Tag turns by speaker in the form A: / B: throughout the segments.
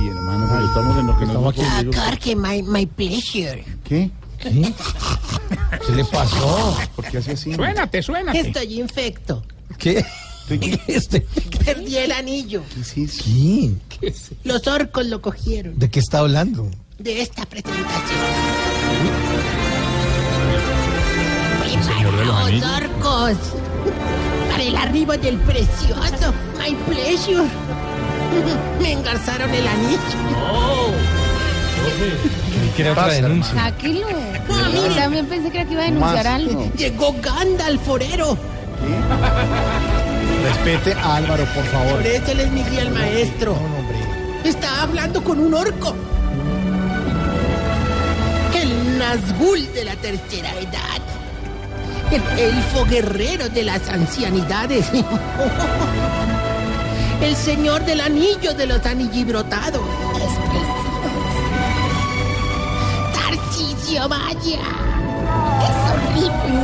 A: Y hermano, ahí estamos en lo que
B: Estamos
A: nos
B: aquí.
A: hemos
C: Ah,
A: comido.
C: Carque, my, my pleasure.
A: ¿Qué?
B: ¿Qué? ¿Qué le pasó?
A: ¿Por qué hace así?
D: Suénate, suénate.
C: Estoy infecto.
B: ¿Qué? ¿Qué este?
C: Perdí el anillo.
A: ¿Qué es eso?
B: ¿Qué?
C: Los orcos lo cogieron.
B: ¿De qué está hablando?
C: De esta presentación.
D: Señor de los
C: Los
D: anillos.
C: orcos. Para el arribo del precioso. My pleasure. Me engarzaron el anillo.
B: Quiere otra denuncia.
E: Sáquelo.
A: Ah,
E: Yo también pensé que era que iba a denunciar algo.
C: Llegó Gandalf Forero.
A: Respete a Álvaro, por favor.
C: Por eso él es mi guía el maestro. Estaba hablando con un orco. El Nazgul de la tercera edad. El elfo guerrero de las ancianidades. El señor del anillo de los anillibrotados. Tarcisio Maya. Es horrible.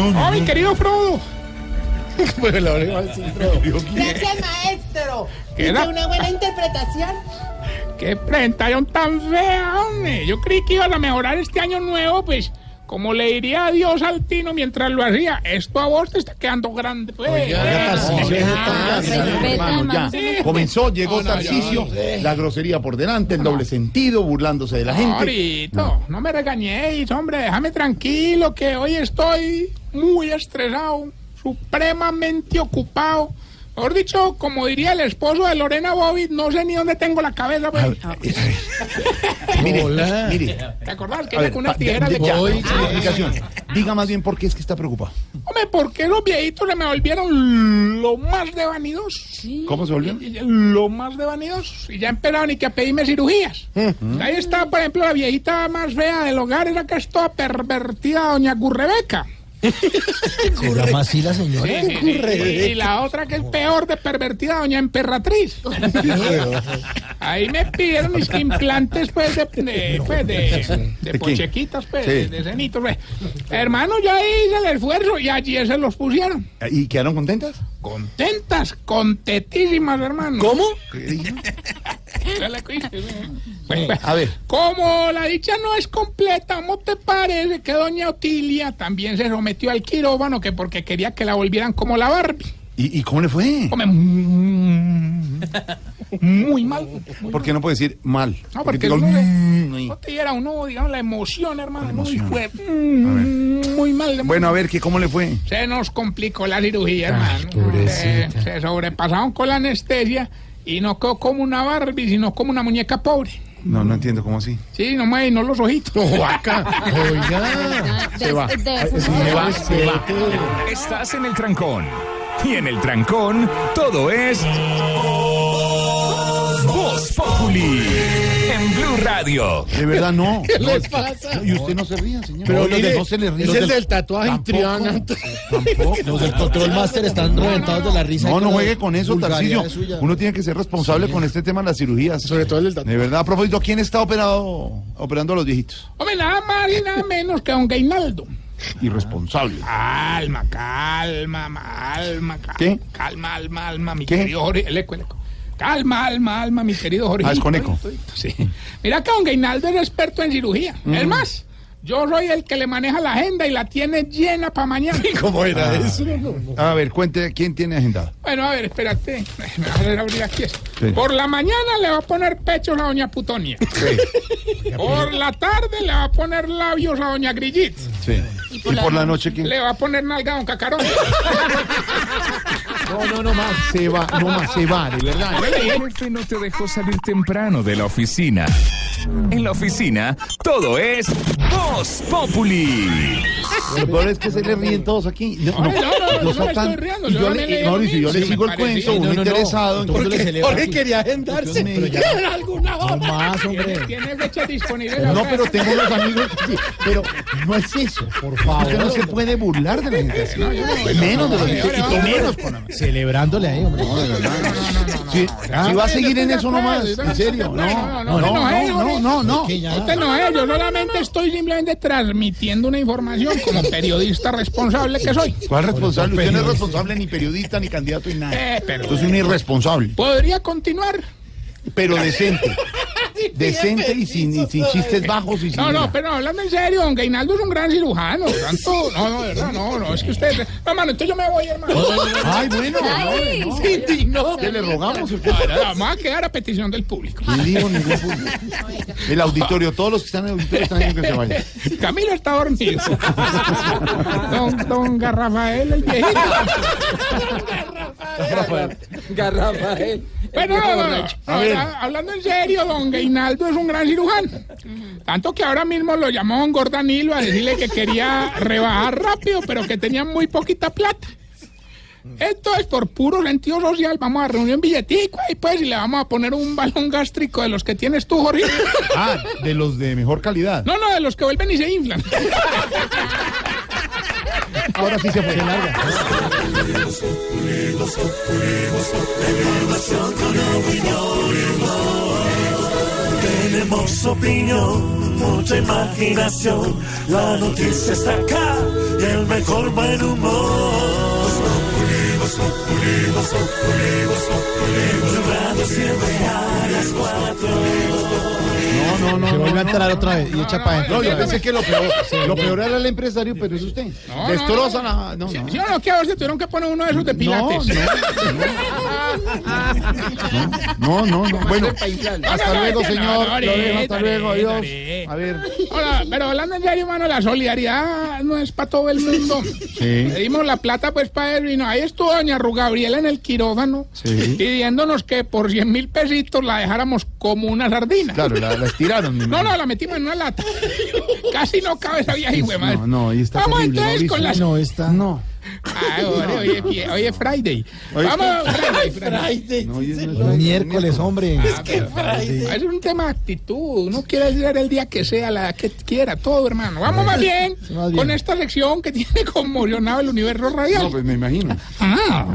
D: ¡Oh, mi querido Frodo!
C: Gracias, maestro.
D: ¿Qué era?
C: Hice una buena interpretación.
D: ¡Qué presentación tan fea, hombre! Yo creí que iban a mejorar este año nuevo, pues. Como le diría adiós al Tino mientras lo hacía, esto a vos te está quedando grande. Pues.
A: Ya, Tarcisio,
D: Oiga,
A: deje tan-
D: sí. Ah,
A: ya, hermano, ya. Comenzó, llegó
D: Oh, no, ya. Ah.
A: Tarcisio, la grosería por delante, el doble sentido, burlándose de la gente.
D: Ahorito, no me regañéis, hombre, déjame tranquilo, que hoy estoy muy estresado, supremamente ocupado. Mejor dicho, como diría el esposo de Lorena Bobbitt, no sé ni dónde tengo la cabeza. pues.
A: eh, Mire,
B: Hola.
A: mire.
D: ¿Te acordás que
A: A
D: era
A: ver,
D: con
A: pa-
D: unas tijeras de
A: ya,
D: Ah,
A: sin explicación. Diga más bien por qué es que está preocupado.
D: Hombre, ¿por qué los viejitos se me volvieron lo más de vanidos?
A: ¿Cómo se volvió?
D: Y- y- Lo más de vanidosos. Y ya empezaron ni que a pedirme cirugías. Ahí está, por ejemplo, la viejita más fea del hogar, esa que es toda pervertida, doña Gurrebeca.
B: ¿Se llama así la señora?
D: Sí, sí, sí. Y la otra que es peor de pervertida, doña emperatriz. Ahí me pidieron mis implantes, pues, de, de, pues, de, de
A: qué?
D: pochequitas, pues, de-
A: Sí.
D: de cenitos. pues. Hermano, ya hice el esfuerzo y allí se los pusieron.
A: ¿Y quedaron contentas?
D: Contentas, contentísimas, hermano.
A: ¿Cómo? Eh,
D: Ya la cuiste, ¿no? Pues, pues,
A: A ver.
D: Como la dicha no es completa, ¿no te parece que doña Otilia también se sometió al quirófano que porque quería que la volvieran como la Barbie?
A: ¿Y, y cómo le fue?
D: Come mm, muy mal. muy
A: Porque no puede decir mal.
D: No, porque
A: digo,
D: no le-
A: "Mm",
D: mal. No
A: ahí.
D: te diera uno, digamos, la emoción, hermano.
A: La
D: ¿no? Y
A: emoción.
D: fue, mm, muy mal. hermano.
A: Bueno, a ver, ¿qué, ¿cómo le fue?
D: Se nos complicó la cirugía, hermano. Se,
B: pobrecita.
D: se sobrepasaron con la anestesia y no quedó como una Barbie, sino como una muñeca pobre.
A: No, no entiendo cómo así.
D: Sí, no me no los ojitos.
E: Ah, des- des-
F: Estás en el trancón. Y en el trancón, todo es. Voz Populi. En Blue Radio.
A: De verdad, no.
B: ¿Qué les pasa?
A: Y usted no se ría, señor.
B: Pero
A: los
B: mire,
A: de no se le ríe.
B: los del
A: tatuaje
B: Los del Control Master están reventados de la risa.
A: No,
B: con
A: no
B: la
A: juegue con eso,
B: vulgaridad
A: Tarcicio.
B: suya.
A: Uno tiene que ser responsable con este tema de las cirugías. Sobre todo el del De verdad, a propósito, ¿quién está operado, operando a los viejitos?
D: Hombre, nada más y nada menos que don Gainaldo.
A: Irresponsable.
D: Calma, calma, ma- alma, calma.
A: ¿Qué?
D: Calma, alma, alma, mi
A: ¿Qué?
D: querido Jorge. El eco, el eco. Calma, alma, alma, mi querido Jorge.
A: Ah, es con eco.
D: Sí. Mira que don Gainaldo es experto en cirugía.
A: Mm.
D: Es más, yo soy el que le maneja la agenda y la tiene llena para mañana.
A: ¿Cómo era eso?
B: Ah.
A: A ver, cuente, ¿quién tiene agendado?
D: Bueno, a ver, espérate. Me va a hacer abrir aquí esto.
A: Sí.
D: Por la mañana le va a poner pechos a doña Putonia. Por la tarde le va a poner labios a doña Grillit.
A: Sí. ¿Y por, la noche quién?
D: Le va a poner nalga a don Cacarón.
A: No, no, no más. Se va, no más, se va, de verdad.
F: El jefe no te dejó salir temprano de la oficina. En la oficina, todo es Voz Populi.
A: Lo peor es que se le ríen todos aquí. No,
D: Ay, no, no, no,
A: lo
D: no me
A: sacan-
D: estoy riendo,
A: y
D: yo
A: yo
D: también
A: le,
D: leí
A: y Mauricio,
D: lo
A: yo le
D: mismo.
A: sigo
D: Sí,
A: el
D: me
A: cuento,
D: parecía.
A: uno
D: No, no, no.
A: interesado. en
D: Porque-
A: que-
D: porque quería agendarse.
A: Dios mío.
D: En alguna
B: No
D: hora.
B: más, hombre.
D: Tiene fecha disponible. la
A: No,
D: hora.
A: pero tengo unos amigos que sí, pero no es eso, por favor. Usted no se puede burlar de la gente así. Menos de los niños, y menos con la
B: Celebrándole ahí, hombre.
A: Si, si va a seguir en
D: Estoy de
A: eso nomás,
D: acuerdo,
A: en serio. No,
D: No,
A: no, no, no, no, no.
B: Es que ya-
D: Usted Este no es, yo solamente estoy simplemente transmitiendo una información como periodista responsable que soy.
A: ¿Cuál responsable? Usted no es responsable ni periodista, ni candidato, ni nada.
D: Eh, pero
A: Usted es un irresponsable,
D: podría continuar.
A: pero decente. Decente y sin, y sin chistes bajos y sin.
D: No, no,
A: nada.
D: pero hablando en serio, don Gainaldo es un gran cirujano. Tanto, no, no, de verdad, no, no, es que usted. No, hermano, entonces yo me voy, hermano.
A: Ay, bueno.
E: Ay,
A: no, no.
E: sí,
A: ¿Qué le rogamos?
D: Ahora, Vamos a quedar a petición del público.
A: Ni digo ningún público. El auditorio, todos los que están en el auditorio están diciendo que se vayan.
D: Camilo está dormido. Don, don Garrafael, el viejito. eh. Bueno, a ver, a- hablando en serio, don Gainaldo es un gran cirujano. Tanto que ahora mismo lo llamó don Gordanilo a decirle que quería rebajar rápido, pero que tenía muy poquita plata. Entonces, por puro sentido social, vamos a reunir un billetico y pues y le vamos a poner un balón gástrico de los que tienes tú, Jorge.
A: Ah, de los de mejor calidad.
D: No, no, de los que vuelven y se inflan.
A: Ahora sí se fue.
G: Tenemos opinión, mucha imaginación. La noticia está acá y el mejor buen humor. Vos Populi, Vos Populi, Vos Populi, Vos Populi. Blue Radio siempre a las cuatro.
A: No, no, no.
B: Se
A: no,
B: vuelve a
A: no,
B: entrar
A: no.
B: otra vez y echa para
A: No,
B: adentro.
A: yo pensé que lo peor, lo peor era el empresario, pero es usted.
D: no,
A: Destroza
D: no.
A: la. No, no.
D: Yo no, que a ver si tuvieron que poner uno de esos de pilates.
A: No, no, no. Bueno, hasta
D: no,
A: luego,
D: no,
A: señor.
D: no,
A: Lo dejo, hasta
D: no,
A: luego.
D: no,
A: Adiós.
D: no.
A: A ver.
D: Ahora, pero hablando en serio, hermano, la solidaridad no es para todo el mundo.
A: Sí.
D: Le dimos la plata pues para él y no, ahí estuvo doña Ru Gabriela en el quirófano
A: Sí.
D: pidiéndonos que por 100 mil pesitos la dejáramos como una sardina.
A: Claro, la, la estiraron. mi
D: No,
A: madre.
D: no, la metimos en una lata. Casi no cabe esa vieja hijo de madre.
A: No, no, y está
D: Vamos
A: terrible,
D: entonces con las...
B: No, está.
A: No.
D: Ay, hombre, hoy, es fie- hoy es Friday.
A: Hoy es-
D: Vamos, Friday, Friday.
A: No, y es-
B: Miércoles, hombre.
D: Es un tema de actitud. Uno quiere ser el día que sea, la edad que quiera, todo, hermano. Vamos más bien,
B: Más bien.
D: con esta lección que tiene conmocionado el universo radial.
A: No, pues me imagino.
D: Ah,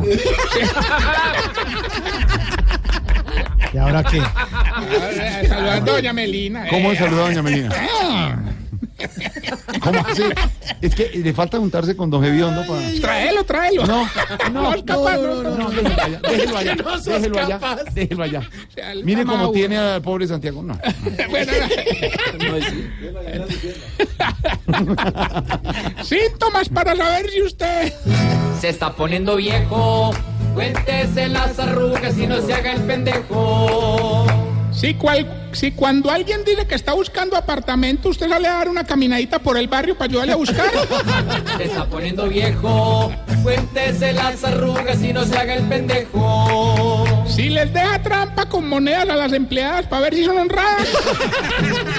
B: ¿Y ahora qué?
D: saludando a doña Melina.
A: ¿Cómo
D: Eh,
A: le saludó doña Melina?
D: ah,
A: ¿Cómo hace? Es que le falta juntarse con don Gediondo para.
D: Tráelo, tráelo.
A: No,
D: No
A: no,
D: es capaz,
A: no, no,
D: no,
A: no, déjelo allá, déjelo allá, déjelo allá, déjelo allá.
D: sea, el
A: Mire
D: mamá
A: cómo
D: uno.
A: tiene al pobre Santiago, no.
D: Bueno, Síntomas para saber si usted.
H: Se está poniendo viejo. Cuéntese las arrugas y no se haga el pendejo.
D: Si, cual- si cuando alguien dice que está buscando apartamento, usted sale a dar una caminadita por el barrio para ayudarle a buscar.
H: Se está poniendo viejo. Cuéntese las arrugas y no se haga el pendejo.
D: Si les deja trampa con monedas a las empleadas para ver si son honradas.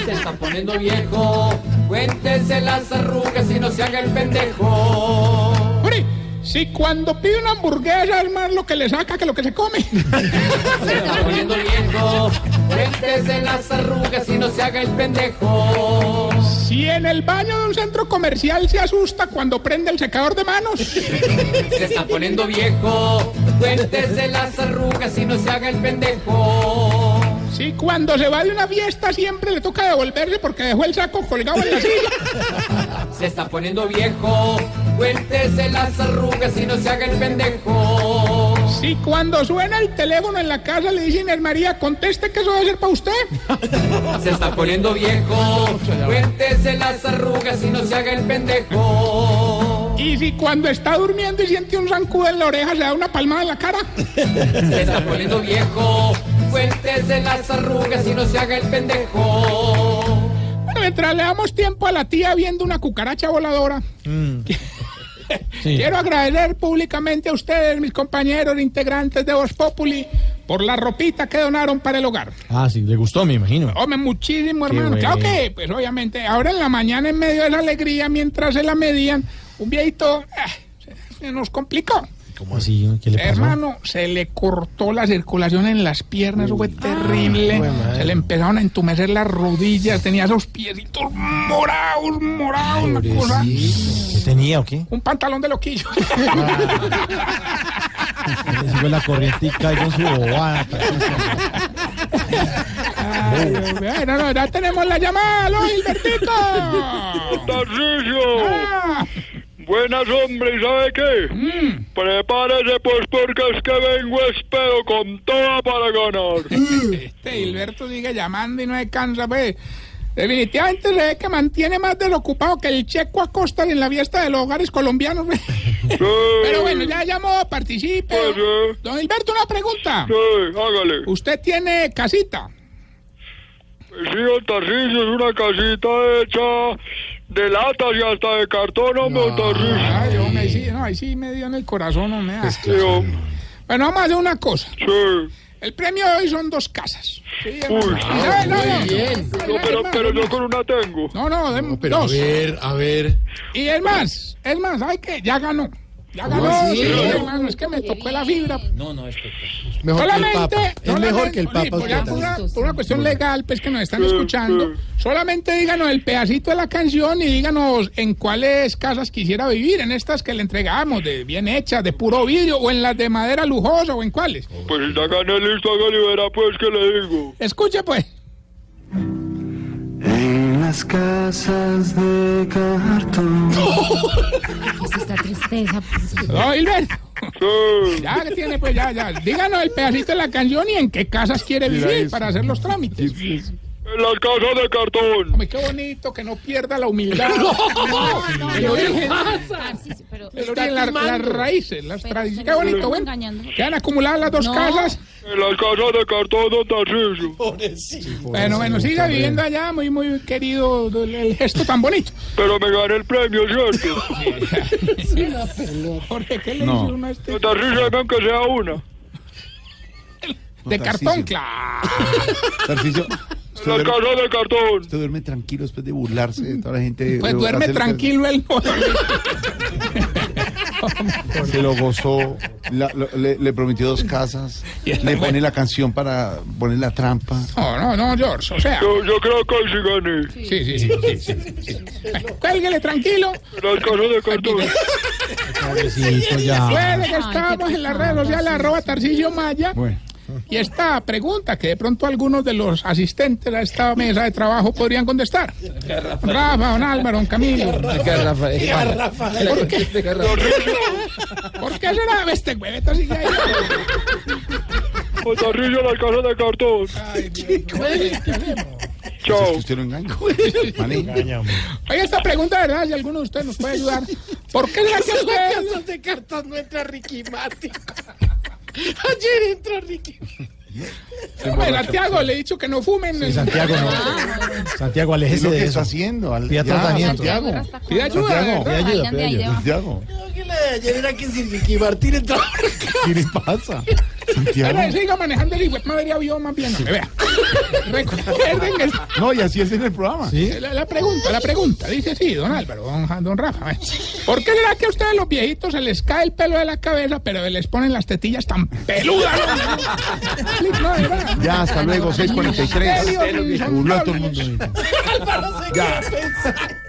H: Se está poniendo viejo. Cuéntese las arrugas y no se haga el pendejo.
D: Hombre, si cuando pide una hamburguesa es más lo que le saca que lo que se come.
H: Se está poniendo viejo. Cuéntese las arrugas y no se haga el pendejo.
D: Si en el baño de un centro comercial se asusta cuando prende el secador de manos.
H: Se está poniendo viejo. Cuéntese las arrugas y no se haga el pendejo.
D: Si cuando se va de una fiesta siempre le toca devolverse porque dejó el saco colgado en la silla.
H: Se está poniendo viejo. Cuéntese las arrugas y no se haga el pendejo.
D: Si cuando suena el teléfono en la casa le dice Inés María, conteste que eso debe ser para usted.
H: Se está poniendo viejo. Cuéntese las arrugas y no se haga el pendejo.
D: Y si cuando está durmiendo y siente un zancudo en la oreja se da una palmada en la cara.
H: Se está poniendo viejo. Cuéntese las arrugas y no se haga el pendejo.
D: Bueno, mientras le damos tiempo a la tía viendo una cucaracha voladora. Quiero agradecer públicamente a ustedes, mis compañeros integrantes de Voz Populi, por la ropita que donaron para el hogar.
B: Ah, sí, le gustó, me imagino.
D: Hombre, muchísimo,
B: Qué
D: hermano. Claro
B: bueno.
D: que, pues obviamente, ahora en la mañana, en medio de la alegría, mientras se la medían, un viejito ah, se- se nos complicó.
B: ¿Cómo así? ¿Qué le pasó?
D: Hermano, se le cortó la circulación en las piernas, fue
B: Ah,
D: terrible. se le empezaron a entumecer las rodillas, tenía esos piecitos morados, morados, una cosa.
B: ¿Qué tenía o qué?
D: Un pantalón de loquillo.
B: Ah. Le siguió la corriente y cayó en su bobada.
D: Ay, Dios mío. Ay, no, no, ya tenemos la llamada, ¿no, Gilbertito? Ah.
I: Tarcicio. Buenas, hombre, ¿y sabe qué?
D: Mm.
I: Prepárese, pues, porque es que vengo espero con toda para ganar.
D: Este Gilberto sigue llamando y no se cansa, pues. Definitivamente se ve que mantiene más desocupado que el checo Acosta en la fiesta de los hogares colombianos. pues. Pero bueno, ya llamó, participe. Don Gilberto, una pregunta.
I: Pues Sí, hágale.
D: ¿Usted tiene casita?
I: Sí, don Tarcicio, es una casita hecha de latas y hasta de cartón, hombre, don Tarcicio.
D: Ay, hombre, ahí sí, no, ahí sí me dio en el corazón, no me da.
I: Sí, hombre.
D: Bueno, vamos a hacer una cosa.
I: Sí.
D: El premio de hoy son dos casas. Sí,
I: Uy.
D: hermano. ¿Y sabe? No, no.
I: No, pero, pero yo con una tengo.
D: No, no, de-
I: pero a
D: dos.
I: ver,
B: a ver.
D: Y es más, es más, ¿sabes qué? Ya ganó. Ya
B: ¿Cómo
D: ganó,
B: así?
D: sí, hermano, es que me tocó la fibra.
B: No, no, es
A: Mejor que el
D: solamente,
A: Papa. Es
D: solamente-
A: mejor que el
D: Oye,
A: Papa.
D: por, ya
A: usted.
D: por una, por una cuestión legal, pues que nos están escuchando, solamente díganos el pedacito de la canción y díganos en cuáles casas quisiera vivir, en estas que le entregamos, de bien hechas, de puro vidrio, o en las de madera lujosa, o en cuáles.
I: Pues si ya gané listo, hágale y verá, pues, que le digo.
D: Escuche, pues.
J: En las casas de cartón.
E: ¿Qué es Pues esta tristeza? pues.
D: No, Gilberto. Oh, Ya que tiene, pues ya, ya. Díganos el pedacito de la canción y en qué casas quiere
I: Mira
D: vivir
I: eso.
D: para hacer los trámites.
I: En las casas de cartón.
D: Hombre, qué bonito que no pierda la humildad. El origen, el origen, la- las raíces, las tradiciones. Qué bonito, bueno. Quedan acumuladas las dos
I: No.
D: casas.
I: En las casas de cartón, don Tarcicio.
D: pues, Bueno, bueno, siga viviendo allá, muy, muy querido el, el gesto tan bonito.
I: Pero me gané el premio, ¿cierto?
D: Jorge, ¿qué le
I: No.
D: hizo uno a este?
I: Don Tarcicio, dame aunque sea una.
D: De cartón, claro.
A: Tarcisio, usted
I: En las
A: duerme-
I: casas de cartón.
A: Usted duerme tranquilo después de burlarse de toda la gente.
D: Pues
A: de
D: duerme
A: burlarse de-
D: tranquilo el
A: Se lo gozó, la- lo- le, le prometió dos casas, le pone la canción para poner la trampa.
D: No, no, no, George, o sea.
I: Yo, yo creo que hoy sí gané.
D: Sí, sí, sí. sí, Bueno, Cuélguele tranquilo.
I: En las casas de cartón.
B: Pobrecito, ya.
D: Recuerde que estamos en las redes sociales, arroba Tarcillo Maya.
B: Bueno.
D: Y esta pregunta que de pronto algunos de los asistentes a esta mesa de trabajo podrían contestar. Rafa, don Álvaro, don Camilo. ¿Por qué? ¿Por qué será este huevito sigue ahí?
I: Don Tarcicio, en las casas de cartón.
A: Es
I: Chao.
A: que usted lo engaña.
D: Oye, esta pregunta, ¿verdad? Si alguno de ustedes nos puede ayudar. ¿Por qué será que usted...
C: de cartón no entra Ricky Martin. Ayer entró Ricky.
D: Hombre, Santiago, le he dicho que no fumen.
B: Santiago, no. Santiago, aléjese
A: lo que
B: de
A: está
B: eso.
A: haciendo? Al,
B: Pida tratamiento.
A: Santiago.
D: Pide ayuda,
A: Santiago,
D: ¿verdad?
A: pide ayuda,
E: Vayan de
A: pide
E: ahí,
A: ayuda.
E: ya va.
A: Santiago,
C: que la de ayer era que si Ricky Martin entró.
A: ¿qué le pasa? Santiago.
D: Pero siga manejando el hijo, madre avión más bien. Vea. Recuerden que...
A: No, y así es en el programa.
D: Eh, La, la pregunta, la pregunta, dice sí, don Álvaro, don, Ja- don Rafa. eh. ¿Por qué será que a ustedes los viejitos se les cae el pelo de la cabeza, pero les ponen las tetillas tan peludas? no? No, de verdad.
A: Ya, hasta luego,
D: Misterio,
A: 6.43.
D: insondable.
A: Burló a todo el mundo.
C: Álvaro se quedó pensando.